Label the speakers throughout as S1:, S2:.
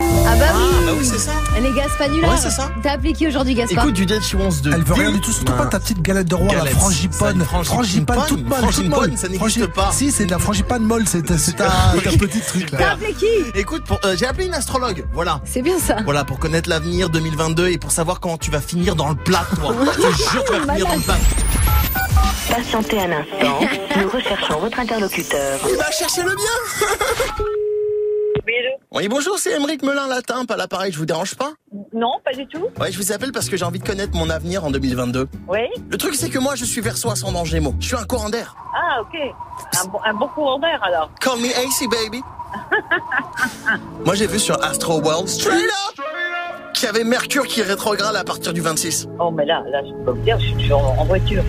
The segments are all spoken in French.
S1: Ah bah
S2: Ah, bah oui, c'est ça.
S1: Les Gaspanula.
S2: Ouais, c'est ça.
S1: T'as appelé qui aujourd'hui, Gaspard
S3: Écoute du Dead Wants 2.
S4: Elle veut rien du tout, surtout
S3: Ouais.
S4: pas
S2: Ah.
S4: ta petite galette de roi,
S2: Galette.
S4: la frangipane.
S2: Ça, une frangipane.
S4: Frangipane toute molle, toute
S2: Frangipane,
S4: molle.
S2: ça n'existe
S4: Frangi-
S2: pas.
S4: Si, c'est de la frangipane molle, c'est c'est ta ta petite truc
S1: T'as
S4: là.
S1: appelé qui
S2: Écoute, pour- euh, j'ai appelé une astrologue. Voilà.
S1: C'est bien ça.
S2: Voilà, pour connaître l'avenir 2022 et pour savoir quand tu vas finir dans le plat, toi. Je te jure, tu vas finir dans le plat.
S5: Patientez un instant, nous recherchons votre interlocuteur.
S2: Il va chercher le bien. Oui, bonjour, c'est Émeric Melin Latin, pas l'appareil, je vous dérange pas
S6: Non, pas du tout.
S2: Ouais, je vous appelle parce que j'ai envie de connaître mon avenir en 2022.
S6: Oui.
S2: Le truc, c'est que moi, je suis verso ascendant gémeaux. Je suis un courant d'air.
S6: Ah, ok. Un, bon- un bon courant d'air alors.
S2: Call me AC, baby. moi, j'ai vu sur Astro World, straight up, qu'il y avait Mercure qui rétrograde à partir du 26.
S6: Oh, mais là, là, je peux pas vous dire, je suis toujours en en voiture.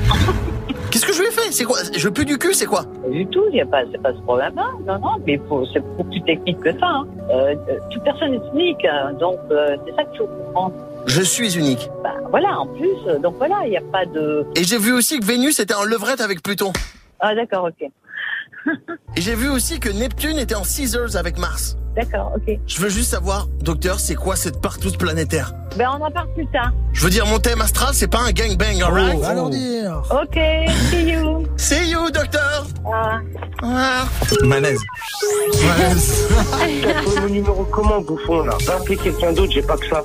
S2: Qu'est-ce que je lui ai fait C'est quoi Je pue du cul, c'est quoi
S6: Pas du tout, il n'y a pas, c'est pas ce problème-là. Non, non, mais faut- c'est beaucoup plus technique que ça. hein. Euh, euh, toute personne est unique, hein, donc euh, c'est ça qu'il faut comprendre.
S2: Je suis unique.
S6: Bah, voilà, en plus, euh, donc voilà, il n'y a pas de.
S2: Et j'ai vu aussi que Vénus était en levrette avec Pluton.
S6: Ah, d'accord, ok.
S2: Et j'ai vu aussi que Neptune était en scissors avec Mars.
S6: D'accord, ok.
S2: Je veux juste savoir, docteur, c'est quoi cette partouze planétaire
S6: Ben, on en parle plus tard.
S2: Je veux dire, mon thème astral, c'est pas un gangbang, alright
S4: Oh, Alors dire.
S6: Ok, see you.
S2: See you, docteur
S6: Ah.
S2: Ah.
S4: Malaise. Malaise.
S7: T'as trouvé mon numéro comment, bouffon, là Va appeler quelqu'un d'autre, j'ai pas que ça.